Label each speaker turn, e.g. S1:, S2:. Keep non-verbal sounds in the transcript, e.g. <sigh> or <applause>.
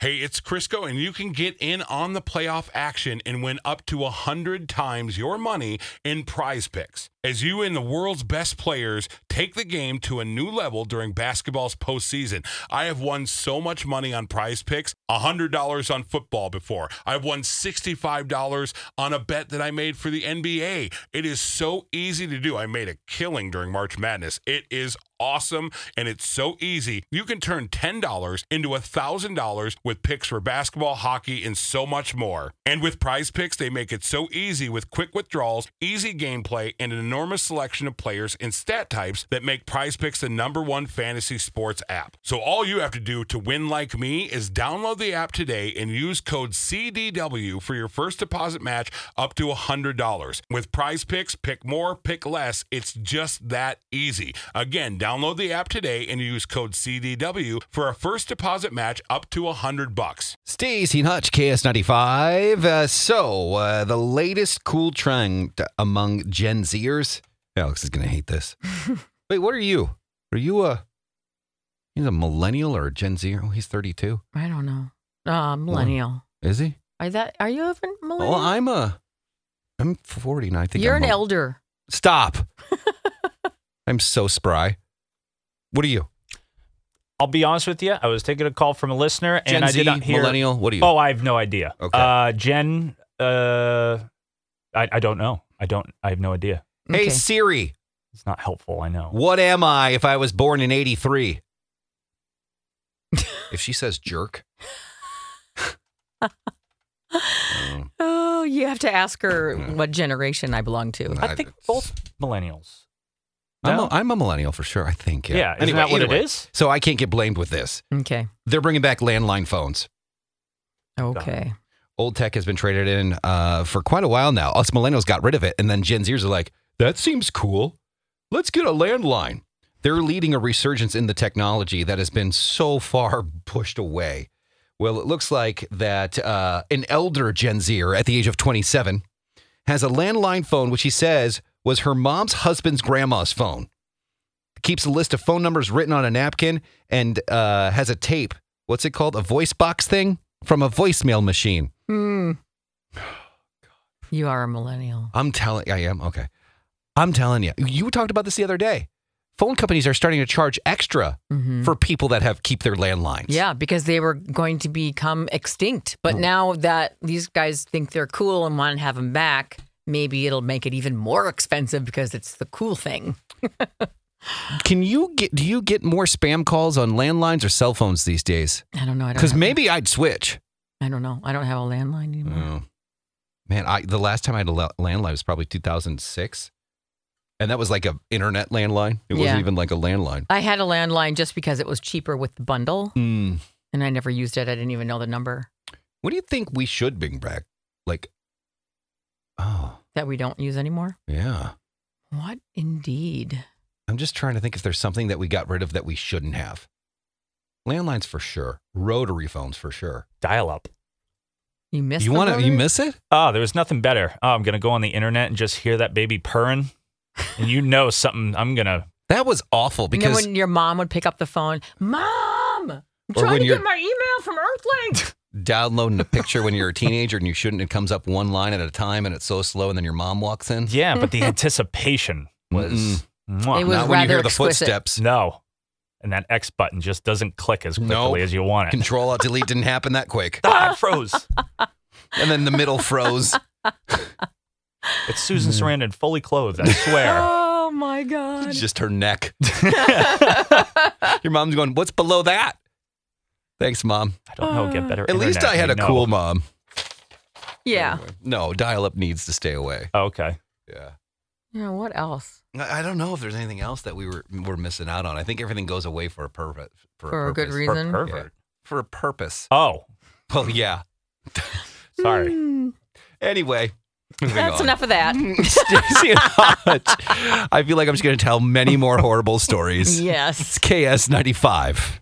S1: Hey, it's Crisco, and you can get in on the playoff action and win up to 100 times your money in prize picks. As you and the world's best players take the game to a new level during basketball's postseason, I have won so much money on prize picks $100 on football before. I've won $65 on a bet that I made for the NBA. It is so easy to do. I made a killing during March Madness. It is awesome and it's so easy. You can turn $10 into $1,000 with picks for basketball, hockey, and so much more. And with prize picks, they make it so easy with quick withdrawals, easy gameplay, and an enormous selection of players and stat types that make prize picks the number one fantasy sports app. So all you have to do to win like me is download the app today and use code CDW for your first deposit match up to $100. With prize picks, pick more, pick less. It's just that easy. Again, download the app today and use code CDW for a first deposit match up to 100 bucks.
S2: Stacey Hutch, KS95. Uh, so, uh, the latest cool trend among Gen Zers. Alex is going to hate this. Wait, what are you? Are you a he's a millennial or a Gen Z? Oh, he's 32.
S3: <laughs> I don't know. Uh, millennial.
S2: Is he?
S3: Are that? Are you even millennial?
S2: Well, I'm a I'm 40 and I Oh, think
S3: You're
S2: I'm
S3: an
S2: a-
S3: elder. <laughs>
S2: Stop. I'm so spry. What are you?
S4: I'll be honest with you. I was taking a call from a listener and
S2: Gen
S4: I
S2: Z,
S4: did not hear.
S2: millennial? What are you?
S4: Oh, I have no idea.
S2: Okay.
S4: Uh, Gen. Uh, I, I don't know. I don't. I have no idea.
S2: hey
S3: Okay.
S2: Siri,
S4: It's not helpful. I know.
S2: what am I if I was born in 83? if she says jerk,
S3: Oh, you have to ask her
S2: Yeah.
S3: what generation I belong to.
S2: Nah.
S4: I think both millennials.
S2: I'm,
S4: No?
S2: a, I'm a millennial for sure, I think. Yeah.
S4: Yeah, isn't that what
S2: either
S4: it
S2: way.
S4: is?
S2: So I can't get blamed with this.
S3: Okay.
S2: They're bringing back landline phones.
S3: Okay.
S2: Old tech has been traded in uh, for quite a while now. Us millennials got rid of it, and then Gen Zers are like, that seems cool. Let's get a landline. They're leading a resurgence in the technology that has been so far <laughs> pushed away. Well, it looks like that uh, an elder Gen Zer at the age of 27 has a landline phone, which he says was her mom's husband's grandma's phone. Keeps a list of phone numbers written on a napkin and uh, has a tape. What's it called? A voice box thing from a voicemail machine. <sighs>
S3: Hmm. You are a millennial.
S2: I'm telling I am. Okay. I'm telling you. You talked about this the other day. Phone companies are starting to charge extra
S3: hmm
S2: for people that have keep their landlines.
S3: Yeah, because they were going to become extinct,
S2: Oh.
S3: but now that these guys think they're cool and want to have them back, maybe it'll make it even more expensive because it's the cool thing.
S2: Can you get do you get more spam calls on landlines or cell phones these days?
S3: I don't know. I don't
S2: Cuz
S3: have-
S2: maybe I'd switch.
S3: I don't know. I don't have a landline anymore.
S2: Oh. Man, I the last time I had a la- landline was probably 2006. And that was like a internet landline. It
S3: Yeah.
S2: wasn't even like a landline.
S3: I had a landline just because it was cheaper with the bundle,
S2: Mm.
S3: and I never used it. I didn't even know the number
S2: What do you think we should bring back? Like Oh,
S3: that we don't use anymore.
S2: yeah.
S3: What indeed?
S2: I'm just trying to think if there's something that we got rid of that we shouldn't have. Landlines for sure. Rotary phones for sure.
S4: Dial up.
S3: You missed.
S2: you
S3: the
S2: want to? You
S3: rotary?
S2: miss it?
S4: Oh, there was nothing better. Oh, I'm gonna go on the internet and just hear that baby purring, and you know something. I'm
S2: <laughs>
S4: gonna.
S2: That was awful
S3: And then
S2: because
S3: <laughs> when your mom would pick up the phone, Mom, I'm
S2: when
S3: trying to
S2: you're-
S3: get my email from Earthlink.
S2: downloading a picture when you're a teenager and you shouldn't, it comes up one line at a time and it's so slow, and then your mom walks in.
S4: Yeah, but
S2: <laughs>
S4: the anticipation was.
S3: It
S4: Mwah.
S3: was
S2: Not when you
S3: rather
S2: hear the
S3: explicit. <laughs>
S2: footsteps.
S4: no, and that X button just doesn't click as quickly
S2: Nope.
S4: as you want it.
S2: Control Alt Delete didn't happen that quick,
S4: ah, it froze.
S2: and then the middle
S3: <laughs>
S2: froze.
S4: It's Susan Sarandon fully clothed. I
S3: <laughs>
S4: swear.
S3: Oh my God!
S2: Just her neck. your mom's going, "What's below that?" Thanks, mom.
S4: I don't know. Get better.
S2: At least
S4: internet,
S2: I had a
S4: know.
S2: cool mom.
S3: <laughs> yeah.
S2: No, dial-up needs to stay away.
S4: Okay.
S2: Yeah.
S3: Yeah. What else?
S2: I I don't know if there's anything else that we were we're missing out on. I think everything goes away for a purpose.
S3: For a good
S2: purpose.
S4: Per-
S3: Reason?
S4: pervert.
S2: For a purpose.
S4: Oh,
S2: Well, yeah.
S4: sorry.
S3: Hmm,
S2: Anyway, moving
S3: that's
S2: on.
S3: enough of
S2: <laughs>
S3: that.
S2: Stacey and
S3: <laughs>
S2: Hutch. I feel like I'm just going to tell many more horrible stories.
S3: yes.
S2: It's KS95.